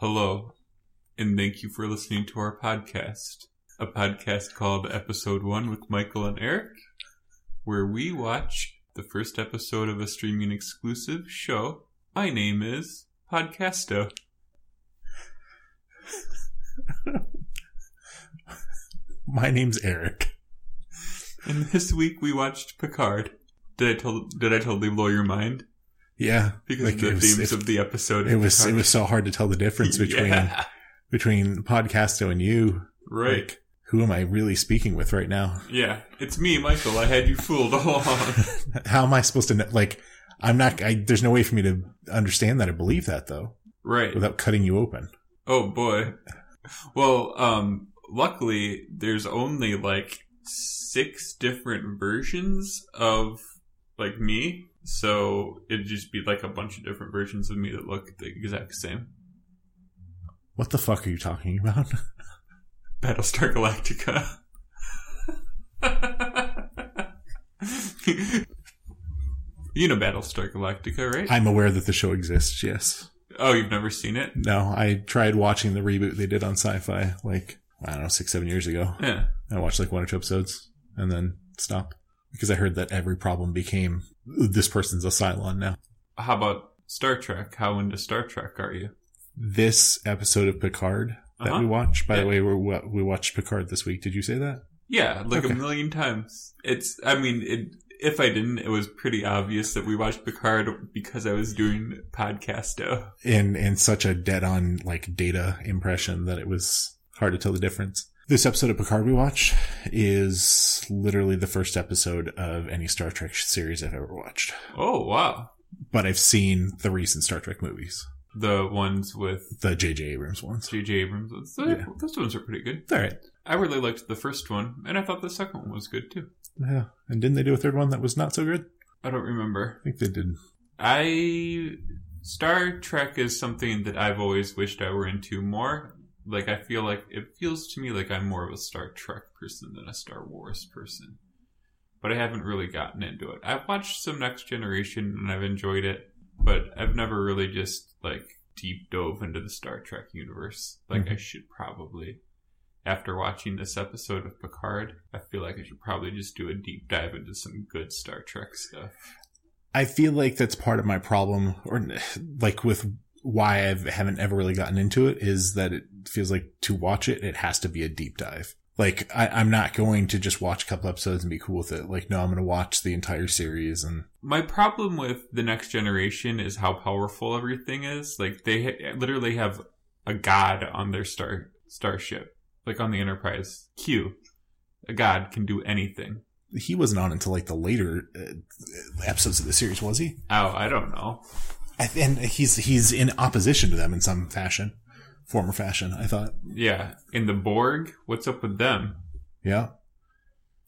Hello, and thank you for listening to our podcast, a podcast called Episode 1 with Michael and Eric, where we watch the first episode of a streaming exclusive show. My name is Podcasto. My name's Eric. And this week we watched Picard. Did I tell, did I totally blow your mind? Yeah, Because like of the it was, themes it, of the episode. it in was it Picard. was so hard to tell the difference between Yeah, between Podcasto and you. right. Like, who am I really speaking with right now? Yeah, it's me, Michael. I had you fooled all along. How am I supposed to know? Like, I'm not. I, there's no way for me to understand that or believe that though right. without cutting you open. Oh boy. Well, um, luckily there's only like six different versions of like me, so it'd just be like a bunch of different versions of me that look the exact same. What the fuck are you talking about? Battlestar Galactica. you know Battlestar Galactica, right? I'm aware that the show exists. Yes. oh, you've never seen it? No, I tried watching the reboot they did on Sci-Fi like I don't know six seven years ago. Yeah. I watched like one or two episodes and then stopped because I heard that every problem became this person's a Cylon now. How about Star Trek? How into Star Trek are you? This episode of Picard that Uh-huh. we watched, by Yeah. the way, we wa- we watched Picard this week. Did you say that? Yeah, like a Okay. million times. It's, I mean, it, if I didn't, it was pretty obvious that we watched Picard because I was doing Podcasto. In in such a dead on like data impression that it was hard to tell the difference. This episode of Picard we watched is literally the first episode of any Star Trek series I've ever watched. Oh, wow. But I've seen the recent Star Trek movies, The ones with the J.J. Abrams ones. J.J. Abrams. Those, Yeah. those ones are pretty good. All right. I really liked the first one, and I thought the second one was good too. Yeah. And didn't they do a third one that was not so good? I don't remember. I think they did. I. Star Trek is something that I've always wished I were into more. Like, I feel like it feels to me like I'm more of a Star Trek person than a Star Wars person. But I haven't really gotten into it. I've watched some Next Generation and I've enjoyed it, but I've never really just, like, deep dove into the Star Trek universe. Like, I should probably. After watching this episode of Picard, I feel like I should probably just do a deep dive into some good Star Trek stuff. I feel like that's part of my problem, or like with why I haven't ever really gotten into it, is that it feels like to watch it, it has to be a deep dive. Like I, I'm not going to just watch a couple episodes and be cool with it. Like no, I'm going to watch the entire series, and my problem with the next generation is how powerful everything is. Like they ha- literally have a god on their star starship, like on the Enterprise. Q, a god can do anything. he wasn't on until like the later uh, episodes of the series, was he? Oh, I don't know. I- And he's he's in opposition to them in some fashion, form or fashion. I thought, Yeah, in the Borg, what's up with them? yeah,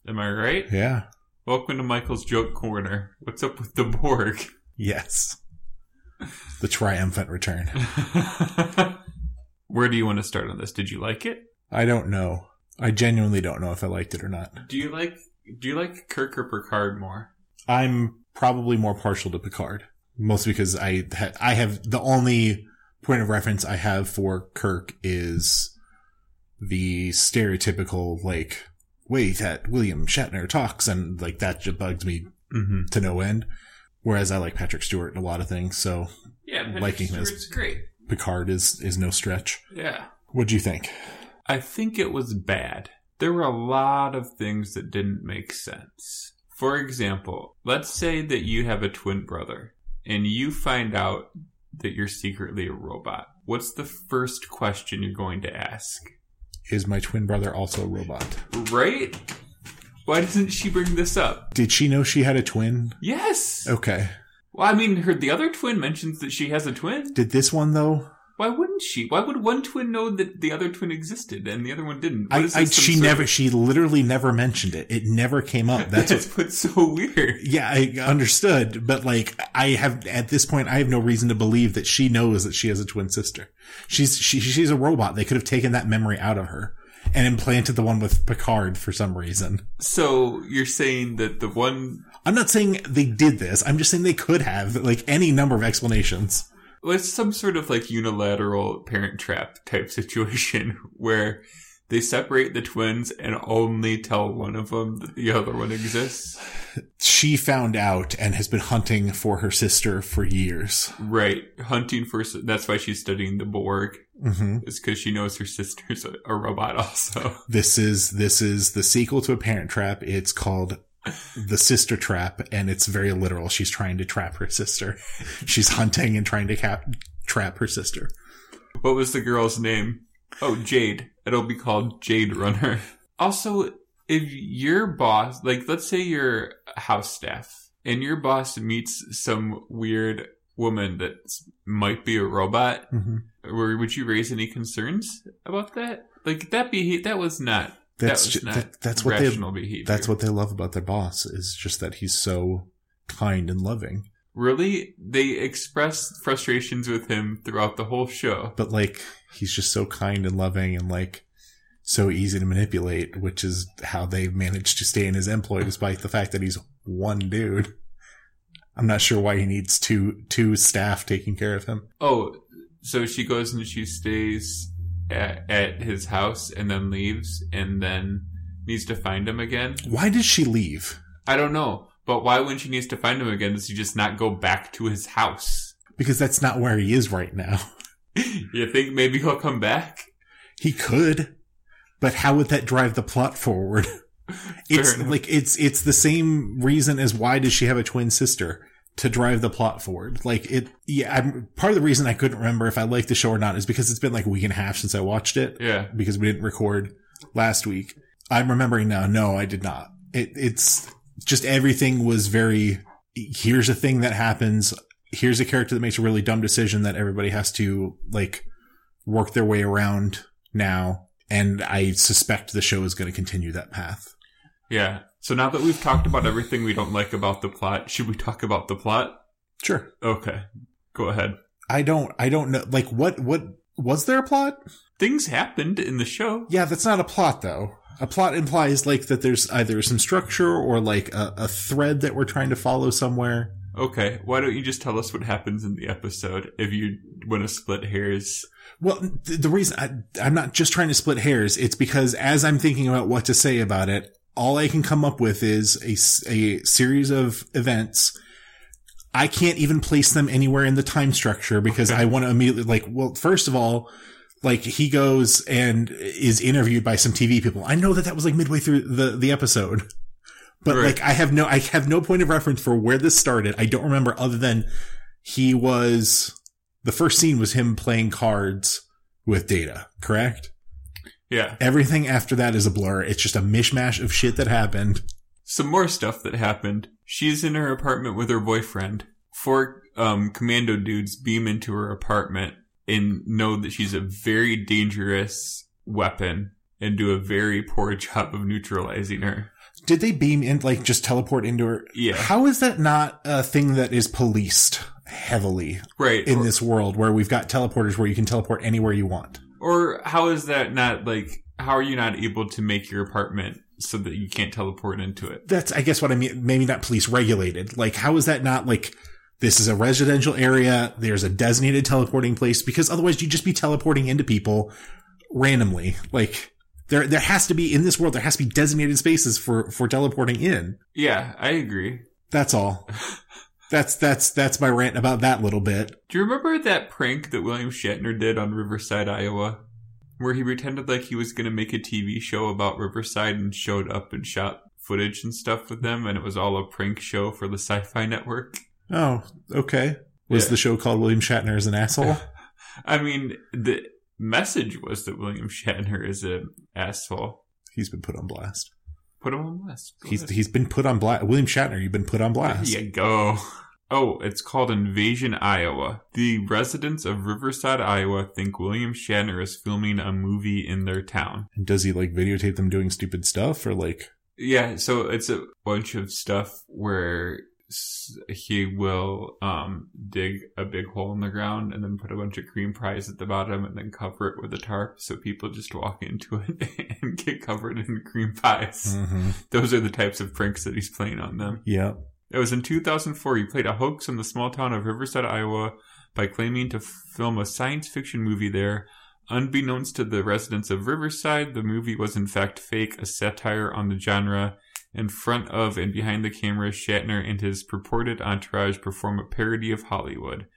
Am I right? yeah, Welcome to Michael's joke corner. What's up with the Borg? yes, the triumphant return. Where do you want to start on this? Did you like it? I don't know. I genuinely don't know if I liked it or not. Do you like Do you like Kirk or Picard more? I'm probably more partial to Picard, mostly because I ha- I have the only point of reference I have for Kirk is the stereotypical like way that William Shatner talks, and like that just bugs me Mm-hmm. to no end. Whereas I like Patrick Stewart in a lot of things, so Yeah, Patrick Liking his- Stewart's great. Picard is is no stretch. Yeah. What do you think? I think it was bad. There were a lot of things that didn't make sense. For example, let's say that you have a twin brother and you find out that you're secretly a robot. What's the first question you're going to ask? Is my twin brother also a robot? Right? Why doesn't she bring this up? Did she know she had a twin? Yes. Okay. Well, I mean, her the other twin mentions that she has a twin. Did this one though? Why wouldn't she? Why would one twin know that the other twin existed and the other one didn't? What I, is I this, some she sort of- never she literally never mentioned it. It never came up. That's what, That's what's so weird. yeah, I understood, but like I have at this point I have no reason to believe that she knows that she has a twin sister. She's she, she's a robot. They could have taken that memory out of her. and implanted the one with Picard for some reason. So you're saying that the one I'm not saying they did this. I'm just saying they could have like any number of explanations. well, it's some sort of like unilateral parent trap type situation where they separate the twins and only tell one of them that the other one exists. She found out and has been hunting for her sister for years. Right, hunting for s- that's why she's studying the Borg hmm is because she knows her sister's a, a robot also. This is this is the sequel to a parent trap. It's called The Sister Trap and it's very literal. She's trying to trap her sister. She's hunting and trying to cap- trap her sister. What was the girl's name? Oh, Jade. It'll be called Jade Runner. Also, if your boss, like, let's say you're house staff, and your boss meets some weird woman that might be a robot, Mm-hmm. were- would you raise any concerns about that? Like, that be that was not That's was ju- not that- that's what they rational behavior. that's what they love about their boss is just that he's so kind and loving. really they expressed frustrations with him throughout the whole show. but like he's just so kind and loving and like so easy to manipulate, which is how they've managed to stay in his employ despite the fact that he's one dude. I'm not sure why he needs two two staff taking care of him. Oh, so she goes and she stays at, at his house and then leaves and then needs to find him again. Why did she leave? I don't know, but why when she needs to find him again does she just not go back to his house? Because that's not where he is right now. you think maybe he'll come back? He could, but how would that drive the plot forward? It's enough. like it's it's the same reason as why does she have a twin sister to drive the plot forward? Like it, yeah. I'm, part of the reason I couldn't remember if I liked the show or not is because it's been like a week and a half since I watched it Yeah. because we didn't record last week. I'm remembering now. No, I did not. It, it's just everything was very. Here's a thing that happens. Here's a character that makes a really dumb decision that everybody has to like work their way around now. And I suspect the show is going to continue that path. Yeah. So now that we've talked about everything we don't like about the plot, should we talk about the plot? Sure. Okay. Go ahead. I don't. I don't know. Like what? What was there a plot? Things happened in the show. Yeah, that's not a plot though. A plot implies like that there's either some structure or like a, a thread that we're trying to follow somewhere. Okay. Why don't you just tell us what happens in the episode if you want to split hairs? Well, th- the reason I, I'm not just trying to split hairs, it's because as I'm thinking about what to say about it, all I can come up with is a, s- a series of events. I can't even place them anywhere in the time structure because I want to immediately, like, well, first of all, like he goes and is interviewed by some TV people. I know that that was like midway through the, the episode, but Right. like I have no, I have no point of reference for where this started. I don't remember other than he was, the first scene was him playing cards with data, correct? Yeah. Everything after that is a blur. It's just a mishmash of shit that happened. Some more stuff that happened. She's in her apartment with her boyfriend. Four um, commando dudes beam into her apartment and know that she's a very dangerous weapon and do a very poor job of neutralizing her. Did they beam in, like just teleport into her? Yeah. How is that not a thing that is policed heavily Right. in or, this world where we've got teleporters where you can teleport anywhere you want? or how is that not like, how are you not able to make your apartment so that you can't teleport into it? That's, I guess what I mean. Maybe not police regulated. Like, how is that not like, this is a residential area. There's a designated teleporting place because otherwise you'd just be teleporting into people randomly. Like, there, there has to be in this world, there has to be designated spaces for, for teleporting in. Yeah, I agree. That's all. That's that's that's my rant about that little bit. Do you remember that prank that William Shatner did on Riverside, Iowa? Where he pretended like he was going to make a TV show about Riverside and showed up and shot footage and stuff with them, and it was all a prank show for the Sci Fi Network? Oh, okay. Was Yeah. the show called William Shatner is an asshole? I mean, the message was that William Shatner is an asshole. he's been put on blast. Put him on the list. Go He's ahead. he's been put on blast. William Shatner, you've been put on blast. There you go. Oh, it's called Invasion Iowa. The residents of Riverside, Iowa think William Shatner is filming a movie in their town. And Does he like videotape them doing stupid stuff or like Yeah, so it's a bunch of stuff where s- he will um, dig a big hole in the ground and then put a bunch of cream pies at the bottom and then cover it with a tarp so people just walk into it and get covered in cream pies. Mm-hmm. Those are the types of pranks that he's playing on them. Yep. It was in 2004 he played a hoax in the small town of Riverside, Iowa by claiming to film a science fiction movie there. Unbeknownst to the residents of Riverside, the movie was in fact fake, a satire on the genre. In front of and behind the camera, Shatner and his purported entourage perform a parody of Hollywood.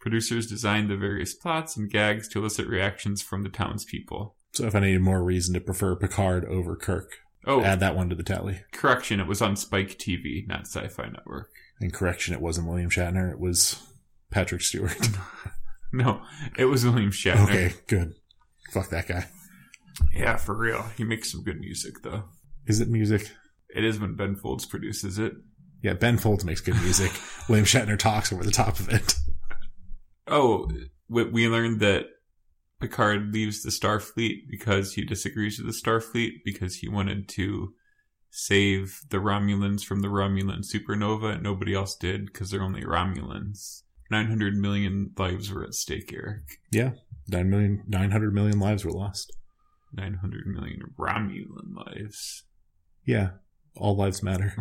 Producers designed the various plots and gags to elicit reactions from the townspeople. So if I needed more reason to prefer Picard over Kirk, Oh, add that one to the tally. correction, it was on Spike TV, not Sci Fi Network. And correction, it wasn't William Shatner. It was Patrick Stewart. No, it was William Shatner. okay, good. Fuck that guy. Yeah, for real. He makes some good music, though. Is it music? It is when Ben Folds produces it. Yeah, Ben Folds makes good music. William Shatner talks over the top of it. Oh, we, we learned that Picard leaves the Starfleet because he disagrees with the Starfleet because he wanted to save the Romulans from the Romulan supernova, and nobody else did because they're only Romulans. 900 million lives were at stake, Eric. Nine million, nine hundred million lives were lost. 900 million Romulan lives. Yeah, all lives matter.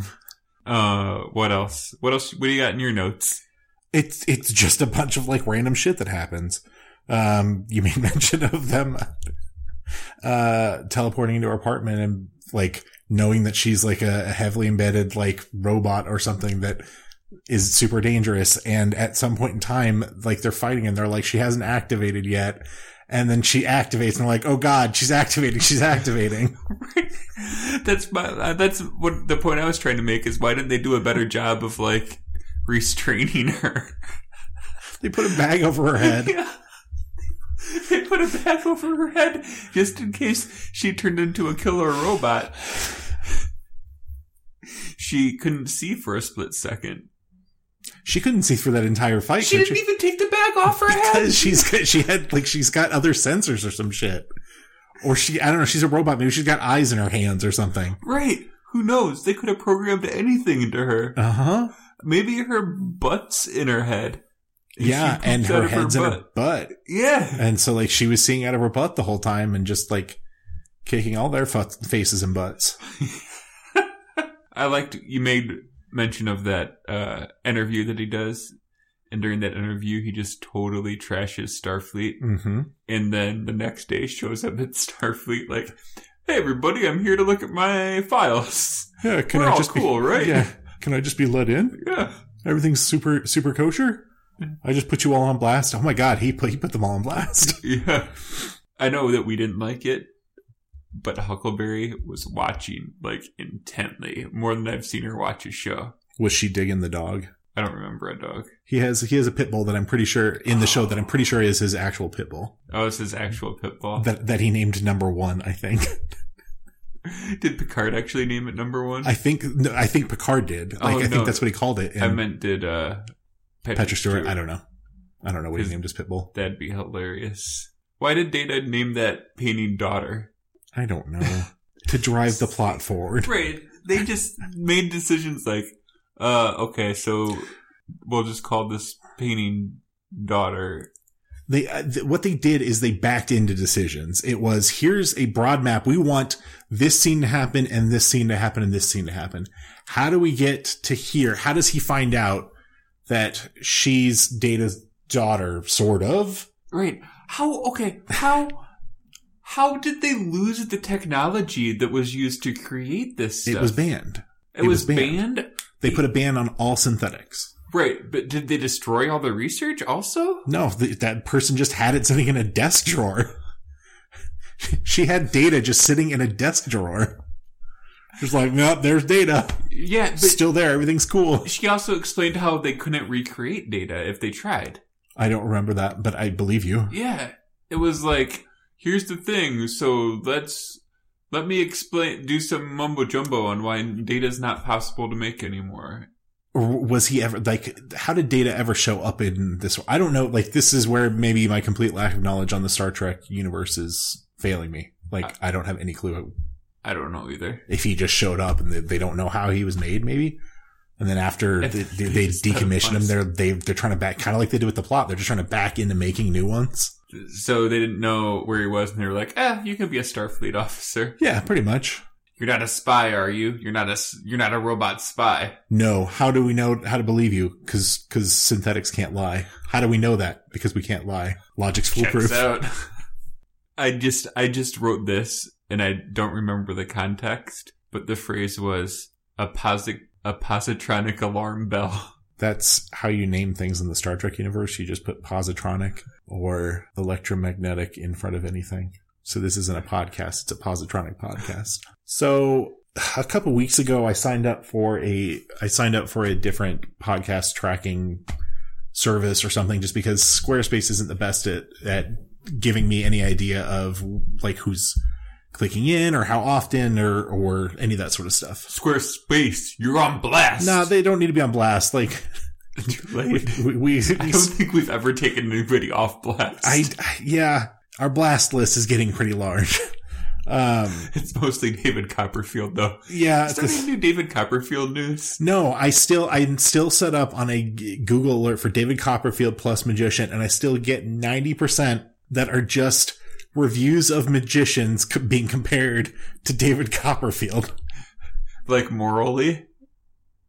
Uh, what else? What else? What do you got in your notes? It's it's just a bunch of like random shit that happens. Um, you made mention of them uh teleporting into her apartment and like knowing that she's like a heavily embedded like robot or something that is super dangerous and at some point in time like they're fighting and they're like she hasn't activated yet and then she activates and they're like oh god she's activating she's activating that's my uh, that's what the point I was trying to make is why didn't they do a better job of like restraining her? they put a bag over her head Yeah. They put a bag over her head just in case she turned into a killer robot. She couldn't see for a split second. She couldn't see through that entire fight. She could didn't even take the bag off her head. because she's got- she had like she's got other sensors or some shit, or she I don't know. She's a robot. Maybe she's got eyes in her hands or something. Right. Who knows? They could have programmed anything into her. Uh huh. Maybe her butt's in her head. She Yeah, pooped and out her of head's in her butt, Yeah. and so like she was seeing out of her butt the whole time, and just like kicking all their fu- faces and butts. I liked you made mention of that uh, interview that he does, and during that interview, he just totally trashes Starfleet, Mm-hmm. and then the next day shows up at Starfleet like, "Hey everybody, I'm here to look at my files." Yeah, can We're I all just cool, be, right? Yeah, can I just be let in? Yeah, Everything's super super kosher. I just put you all on blast. Oh my god, he put he put them all on blast. yeah. I know that we didn't like it, but Huckleberry was watching like intently more than I've seen her watch a show. Was she digging the dog? I don't remember a dog. He has he has a pit bull that I'm pretty sure in the show that I'm pretty sure is his actual pit bull Oh, it's his actual pit bull. that that he named number one. I think Did Picard actually name it number one? I think no, I think Picard did. Like Oh, I no. think that's what he called it. And I meant did uh, Patrick, Patrick Stewart. I don't know. I don't know what he His- named his pit bull. That'd be hilarious. Why did Data name that painting daughter? I don't know to drive the plot forward. Right. They just made decisions like, uh, okay, so we'll just call this painting daughter. They uh, th- what they did is they backed into decisions. It was here's a broad map. We want this scene to happen and this scene to happen and this scene to happen. How do we get to here? How does he find out that she's Data's daughter? Sort of. Right. How, okay, how, how did they lose the technology that was used to create this stuff? It was banned. It it was was banned. banned? They put a ban on all synthetics. Right, but did they destroy all the research also? No, th- that person just had it sitting in a desk drawer. she had data just sitting in a desk drawer. She's like, nope, there's data. Yeah, but Still there. Everything's cool. she also explained how they couldn't recreate data if they tried. I don't remember that, but I believe you. Yeah, it was like, here's the thing. So let's let me explain, do some mumbo jumbo on why data's not possible to make anymore. Or was he ever, like, how did data ever show up in this? I don't know. Like, this is where maybe my complete lack of knowledge on the Star Trek universe is failing me. Like, I don't have any clue I don't know either. if he just showed up and they, they don't know how he was made, maybe. And then after If they, they, they they just had a decommission them, bunch. they're they, they're trying to back, kind of like they did with the plot. They're just trying to back into making new ones. So they didn't know where he was, and they were like, "Eh, you can be a Starfleet officer. Yeah, pretty much. You're not a spy, are you? You're not a s- you're not a robot spy." No, how do we know how to believe you? Because because synthetics can't lie. How do we know that? Because we can't lie. Logic's foolproof. Checks out. I just I just wrote this, and I don't remember the context, but the phrase was a posit a positronic alarm bell. That's how you name things in the Star Trek universe. You just put positronic or electromagnetic in front of anything. So this isn't a podcast. It's a positronic podcast. So a couple weeks ago, I signed up for a, I signed up for a different podcast tracking service or something just because Squarespace isn't the best at, at giving me any idea of like who's clicking in or how often or, or any of that sort of stuff. Squarespace, you're on blast. No, they don't need to be on blast. Like Too we, late. we, we I don't think we've ever taken anybody off blast. I yeah, our blast list is getting pretty large. Um, it's mostly David Copperfield, though. yeah, Is there any new David Copperfield news? no, I still I'm still set up on a G- Google alert for David Copperfield plus magician, and I still get ninety percent that are just reviews of magicians c- being compared to David Copperfield. Like morally?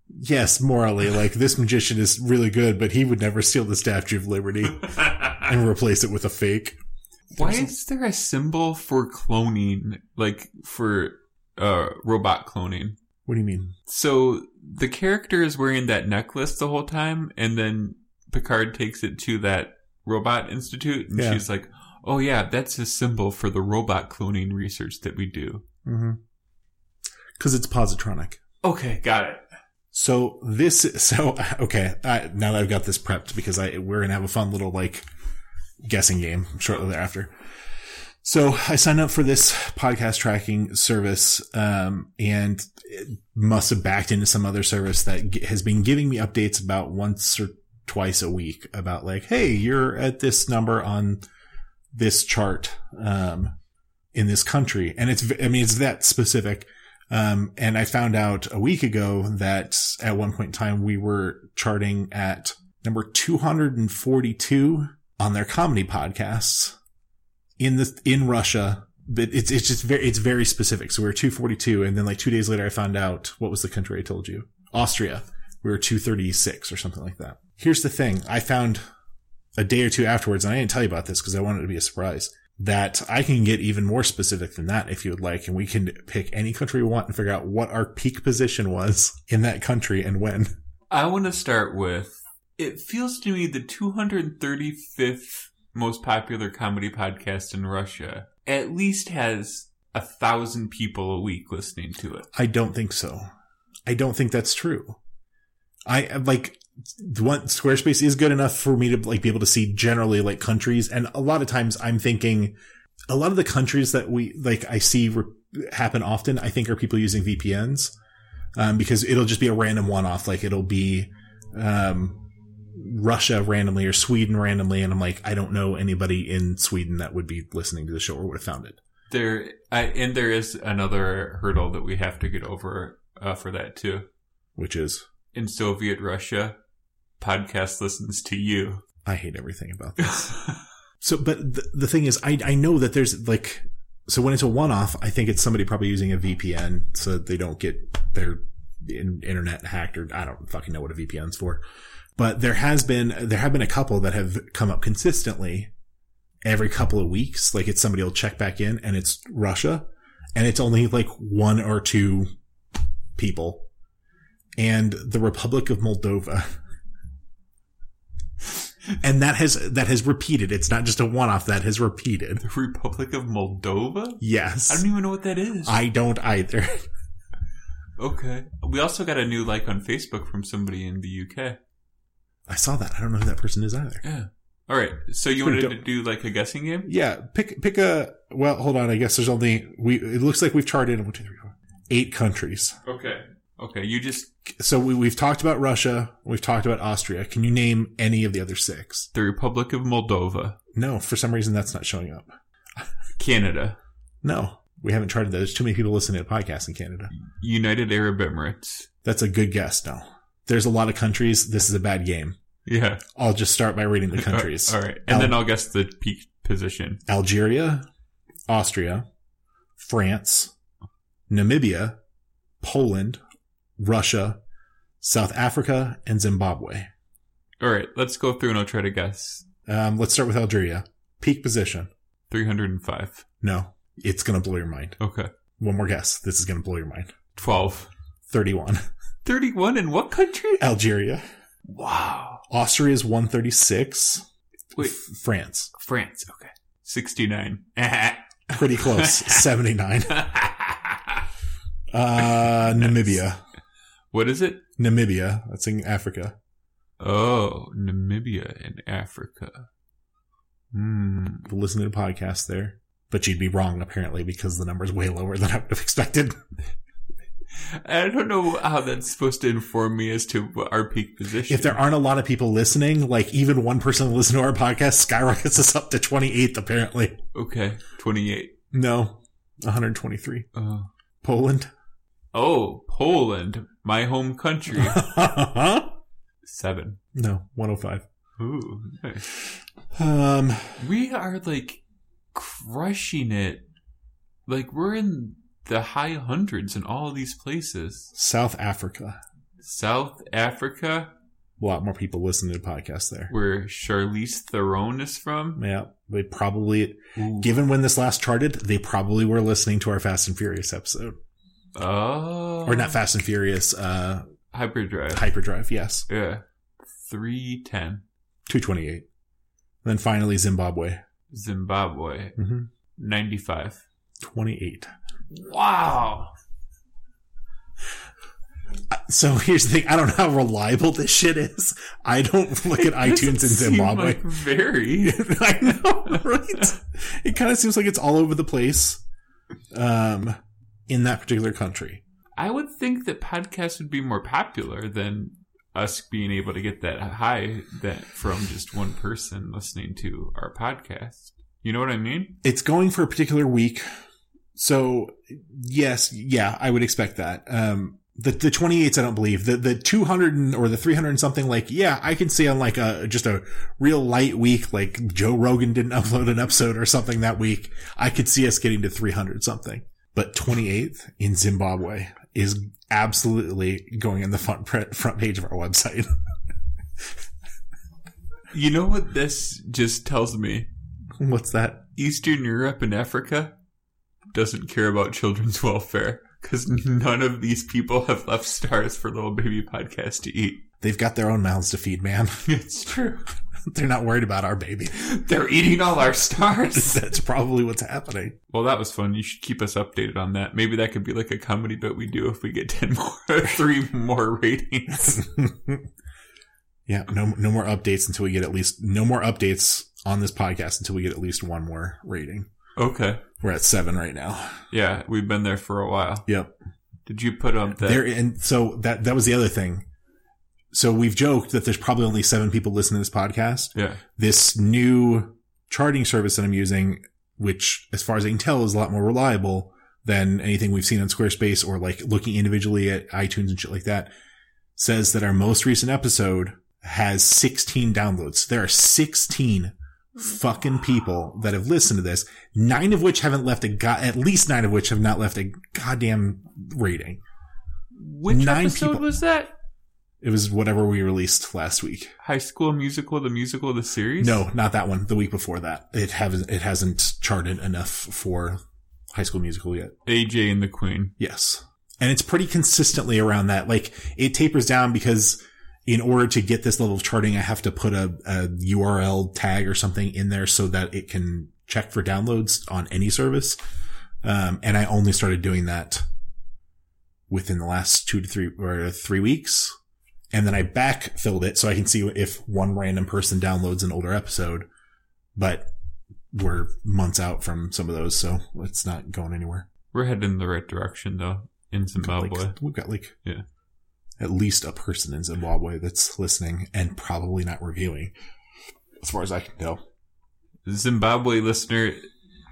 Yes, morally, like this magician is really good, but he would never steal the Statue of Liberty Why and replace it with a fake. is there a symbol for cloning, like for uh, robot cloning? What do you mean? So the character is wearing that necklace the whole time, and then Picard takes it to that robot institute, and Yeah. she's like, "Oh yeah, that's a symbol for the robot cloning research that we do." Mm-hmm. Because it's positronic. Okay, got it. So this, so okay. I, now that I've got this prepped, because I we're gonna have a fun little like guessing game shortly thereafter. So I signed up for this podcast tracking service, um, and it must have backed into some other service that g- has been giving me updates about once or twice a week about like, hey, you're at this number on this chart um, in this country, and it's v- I mean it's that specific. Um, and I found out a week ago that at one point in time we were charting at number 242 on their comedy podcasts in the in Russia. But it's it's just very it's very specific. So we were 242, and then like two days later, I found out what was the country I told you, Austria. We were 236 or something like that. Here's the thing: I found a day or two afterwards, and I didn't tell you about this because I wanted it to be a surprise that I can get even more specific than that if you would like. And we can pick any country we want and figure out what our peak position was in that country and when. I want to start with it feels to me the 235th most popular comedy podcast in Russia at least has a thousand people a week listening to it. I don't think so. I don't think that's true. I like the one Squarespace is good enough for me to like be able to see generally like countries. And a lot of times I'm thinking a lot of the countries that we like I see re- happen often, I think are people using VPNs. Um, because it'll just be a random one off. Like it'll be, um, Russia randomly or Sweden randomly. And I'm like, I don't know anybody in Sweden that would be listening to the show or would have found it. There, I, and there is another hurdle that we have to get over uh, for that too. Which is, In Soviet Russia, podcast listens to you. I hate everything about that. So, but the, the thing is, I, I know that there's like, so when it's a one off, I think it's somebody probably using a VPN so that they don't get their in, internet hacked or I don't fucking know what a VPN's for. But there has been, there have been a couple that have come up consistently every couple of weeks. Like it's somebody will check back in and it's Russia and it's only like one or two people and the Republic of Moldova. And that has, that has repeated. It's not just a one off that has repeated. the Republic of Moldova? Yes. I don't even know what that is. I don't either. okay. We also got a new like on Facebook from somebody in the UK. I saw that. I don't know who that person is either. Yeah. All right. So you Pretty wanted to do like a guessing game? Yeah, pick pick a. Well, hold on. I guess there's only we. It looks like we've charted one, two, three, four, eight countries. Okay. Okay. You just So we, we've talked about Russia. We've talked about Austria. Can you name any of the other six? the Republic of Moldova, No, for some reason that's not showing up. Canada, No, we haven't charted that. There's too many people listening to podcasts in Canada. United Arab Emirates, That's a good guess. No, there's a lot of countries. This is a bad game. Yeah. I'll just start by reading the countries. All right. And then I'll guess the peak position. Algeria, Austria, France, Namibia, Poland, Russia, South Africa, and Zimbabwe. All right. Let's go through and I'll try to guess. Um, let's start with Algeria. Peak position. 305. No, it's going to blow your mind. Okay. One more guess. This is going to blow your mind. 12. 31. 31 in what country? Algeria. Wow. Austria is 136. Wait. F- France. France. Okay. 69. Pretty close. 79. Uh, Namibia. what is it? Namibia. That's in Africa. Oh, Namibia in Africa. Hmm. Listen to the podcast there. But you'd be wrong, apparently, because the number's way lower than I would have expected. I don't know how that's supposed to inform me as to what our peak position. If there aren't a lot of people listening, like even one person to listen to our podcast skyrockets us up to 28th, apparently. Okay. 28. No, 123. Uh, Poland. oh, Poland, my home country. Seven. no, 105. Ooh, nice. Um, We are like crushing it. Like we're in the high hundreds in all of these places. South Africa. South Africa, A lot more people listen to the podcast there. where Charlize Theron is from. Yeah, they probably, Ooh. given when this last charted, they probably were listening to our Fast and Furious episode. Oh, Or not Fast and Furious, uh, Hyperdrive. Hyperdrive, yes. yeah, three ten. 228. And then finally Zimbabwe. Zimbabwe, Mm-hmm. 95. 28. Wow. So here's the thing. I don't know how reliable this shit is. I don't look at iTunes in Zimbabwe. very. I know, right? it kind of seems like it's all over the place um, in that particular country. I would think that podcasts would be more popular than us being able to get that high that from just one person listening to our podcast. You know what I mean? It's going for a particular week. So, yes, yeah, I would expect that. Um, the, the 28s, I don't believe. The, the 200 and, or the 300 and something, like, yeah, I can see on like a, just a real light week, like Joe Rogan didn't upload an episode or something that week. I could see us getting to 300 something. But 28th in Zimbabwe is absolutely going in the front, print, front page of our website. You know what this just tells me? What's that? Eastern Europe and Africa doesn't care about children's welfare because none of these people have left stars for Little Baby Podcast to eat. They've got their own mouths to feed, man. It's true. They're not worried about our baby. They're eating all our stars. That's probably what's happening. Well, that was fun. You should keep us updated on that. Maybe that could be like a comedy bit we do if we get 10 more, three more ratings. yeah, no, no more updates until we get at least no more updates on this podcast until we get at least one more rating. Okay. We're at seven right now. Yeah, we've been there for a while. Yep. Did you put up that? There and so that that was the other thing. So we've joked that there's probably only seven people listening to this podcast. yeah. This new charting service that I'm using, which as far as I can tell is a lot more reliable than anything we've seen on Squarespace or like looking individually at iTunes and shit like that, says that our most recent episode has 16 downloads. There are 16 fucking people that have listened to this, nine of which haven't left a go- at least nine of which have not left a goddamn rating. Which Nine episode people- was that? It was whatever we released last week. High School Musical, the musical, the series? No, not that one. The week before that. It hasn't it hasn't charted enough for High School Musical yet. AJ and the Queen. Yes. And it's pretty consistently around that. Like it tapers down because in order to get this level of charting, I have to put a, a URL tag or something in there so that it can check for downloads on any service. Um, and I only started doing that within the last two to three or three weeks. And then I backfilled it so I can see if one random person downloads an older episode, but we're months out from some of those. So it's not going anywhere. We're headed in the right direction, though, in Got, like, Zimbabwe. we've got like Yeah. at least a person in Zimbabwe that's listening and probably not reviewing, as far as I can tell. Zimbabwe listener,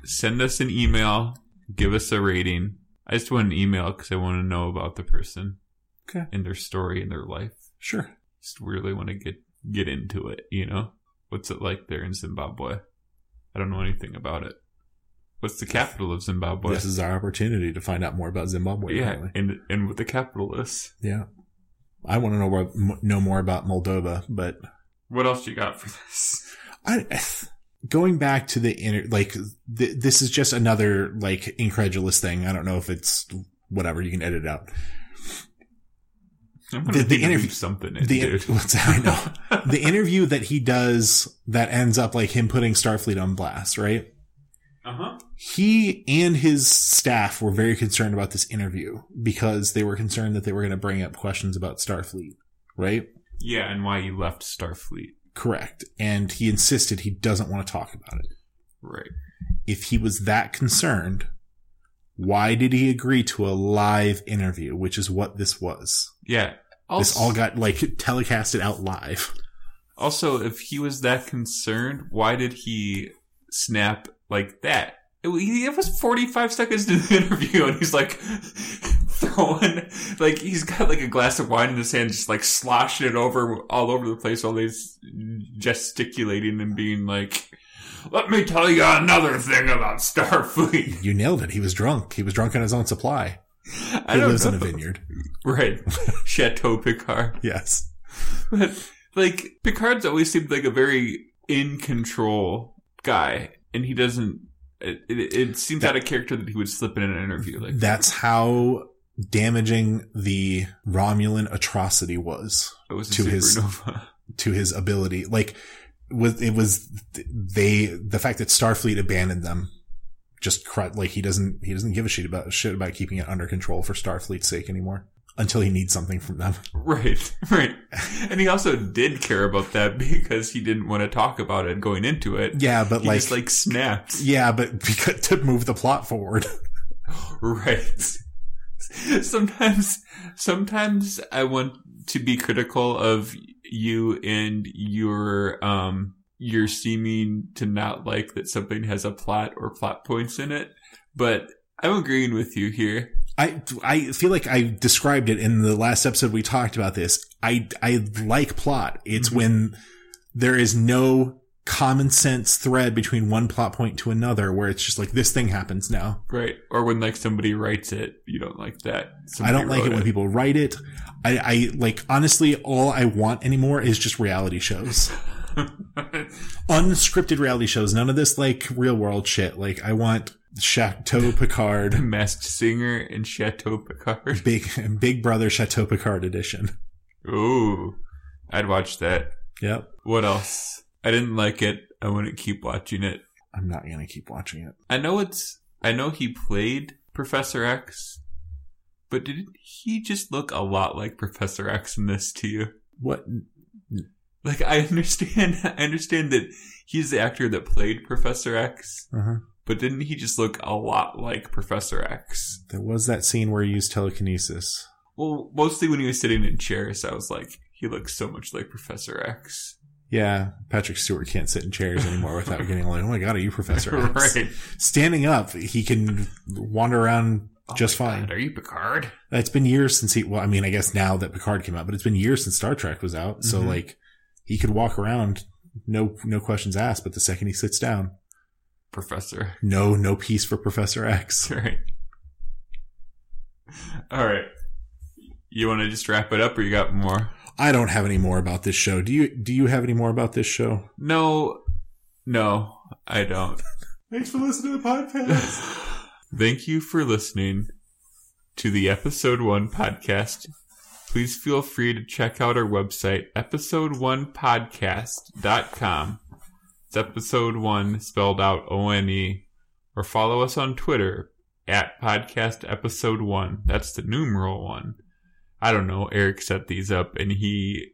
send us an email. Give us a rating. I just want an email because I want to know about the person Okay. and their story and their life. Sure. Just really want to get get into it. You know, what's it like there in Zimbabwe? I don't know anything about it. What's the capital of Zimbabwe? This is our opportunity to find out more about Zimbabwe. yeah, apparently. and and with the capitalists. Yeah. I want to know, more- m- know more about Moldova, but What else you got for this? I, going back to the inner, like, th- this is just another, like, incredulous thing. I don't know if it's whatever. You can edit it out. I'm gonna The- the need to interview- leave something in, the, dude. What's that? I know. the interview that he does that ends up like him putting Starfleet on blast, right? Uh huh. He and his staff were very concerned about this interview because they were concerned that they were going to bring up questions about Starfleet, right? Yeah, and why you left Starfleet? Correct. And he insisted he doesn't want to talk about it. Right. If he was that concerned, why did he agree to a live interview, which is what this was? Yeah. this all got like telecasted out live. Also, if he was that concerned, why did he snap like that? It, wa- he- it was 45 seconds to the interview, and he's like throwing, like, he's got like a glass of wine in his hand, just like sloshing it over all over the place while he's gesticulating and being like, let me tell you another thing about Starfleet. You nailed it. He was drunk. He was drunk on his own supply. I He don't lives know. in a vineyard. Right. Chateau Picard. Yes. But like Picard's always seemed like a very in control guy, and he doesn't. It, it, it seems out of character that he would slip in an interview like that. That's how damaging the Romulan atrocity was It was a to his- supernova. to his ability. Like, was, it was, they, the fact that Starfleet abandoned them just cru- like he doesn't, he doesn't give a shit about, shit about keeping it under control for Starfleet's sake anymore until he needs something from them. right, right. And he also did care about that because he didn't want to talk about it going into it. Yeah, but He like, just like snapped. yeah, but because, to move the plot forward. Right. Sometimes, sometimes I want to be critical of you and your um your seeming to not like that something has a plot or plot points in it, but I'm agreeing with you here. I, I feel like I described it in the last episode we talked about this. I, I like plot. It's Mhm. when there is no common sense thread between one plot point to another where it's just like this thing happens now. Right. Or when like somebody writes it, you don't like that. I don't like it when people write it. I, I like honestly all I want anymore is just reality shows. people Unscripted reality shows. None of this like real world shit. Like I want Chateau The Picard, Masked Singer and Chateau Picard. Big Big Brother Chateau Picard edition. Ooh. I'd watch that. Yep. What else? I didn't like it. I wouldn't keep watching it. I'm not gonna keep watching it. I know it's. I know he played Professor X, but didn't he just look a lot like Professor X in this to you? What Like I understand. I understand that he's the actor that played Professor X, uh-huh. but didn't he just look a lot like Professor X? There was that scene where he used telekinesis. Well, mostly when he was sitting in chairs, I was like, he looks so much like Professor X. Yeah, Patrick Stewart can't sit in chairs anymore without getting like, oh my god, are you Professor X? right? Standing up, he can wander around Oh just my fine. God, are you Picard? It's been years since he. Well, I mean, I guess now that Picard came out, but it's been years since Star Trek was out. So Mhm. like, he could walk around, no no questions asked. But the second he sits down, Professor no no peace for Professor X. Right. All right. You want to just wrap it up, or you got more? I don't have any more about this show. Do you do you have any more about this show? No, no, I don't. Thanks for listening to the podcast. Thank you for listening to the episode one podcast. Please feel free to check out our website, episode1podcast.com. It's episode one spelled out O N E. Or follow us on Twitter at podcast episode one. That's the numeral one. I don't know. Eric set these up and he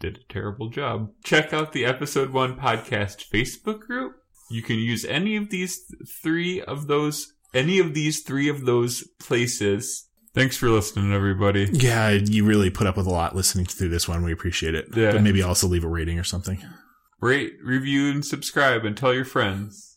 did a terrible job. Check out the episode one podcast Facebook group. You can use any of these three of those, any of these three of those places. Thanks for listening, everybody. Yeah, you really put up with a lot listening through this one. We appreciate it. Yeah. But maybe also leave a rating or something. Rate, review, and subscribe and tell your friends.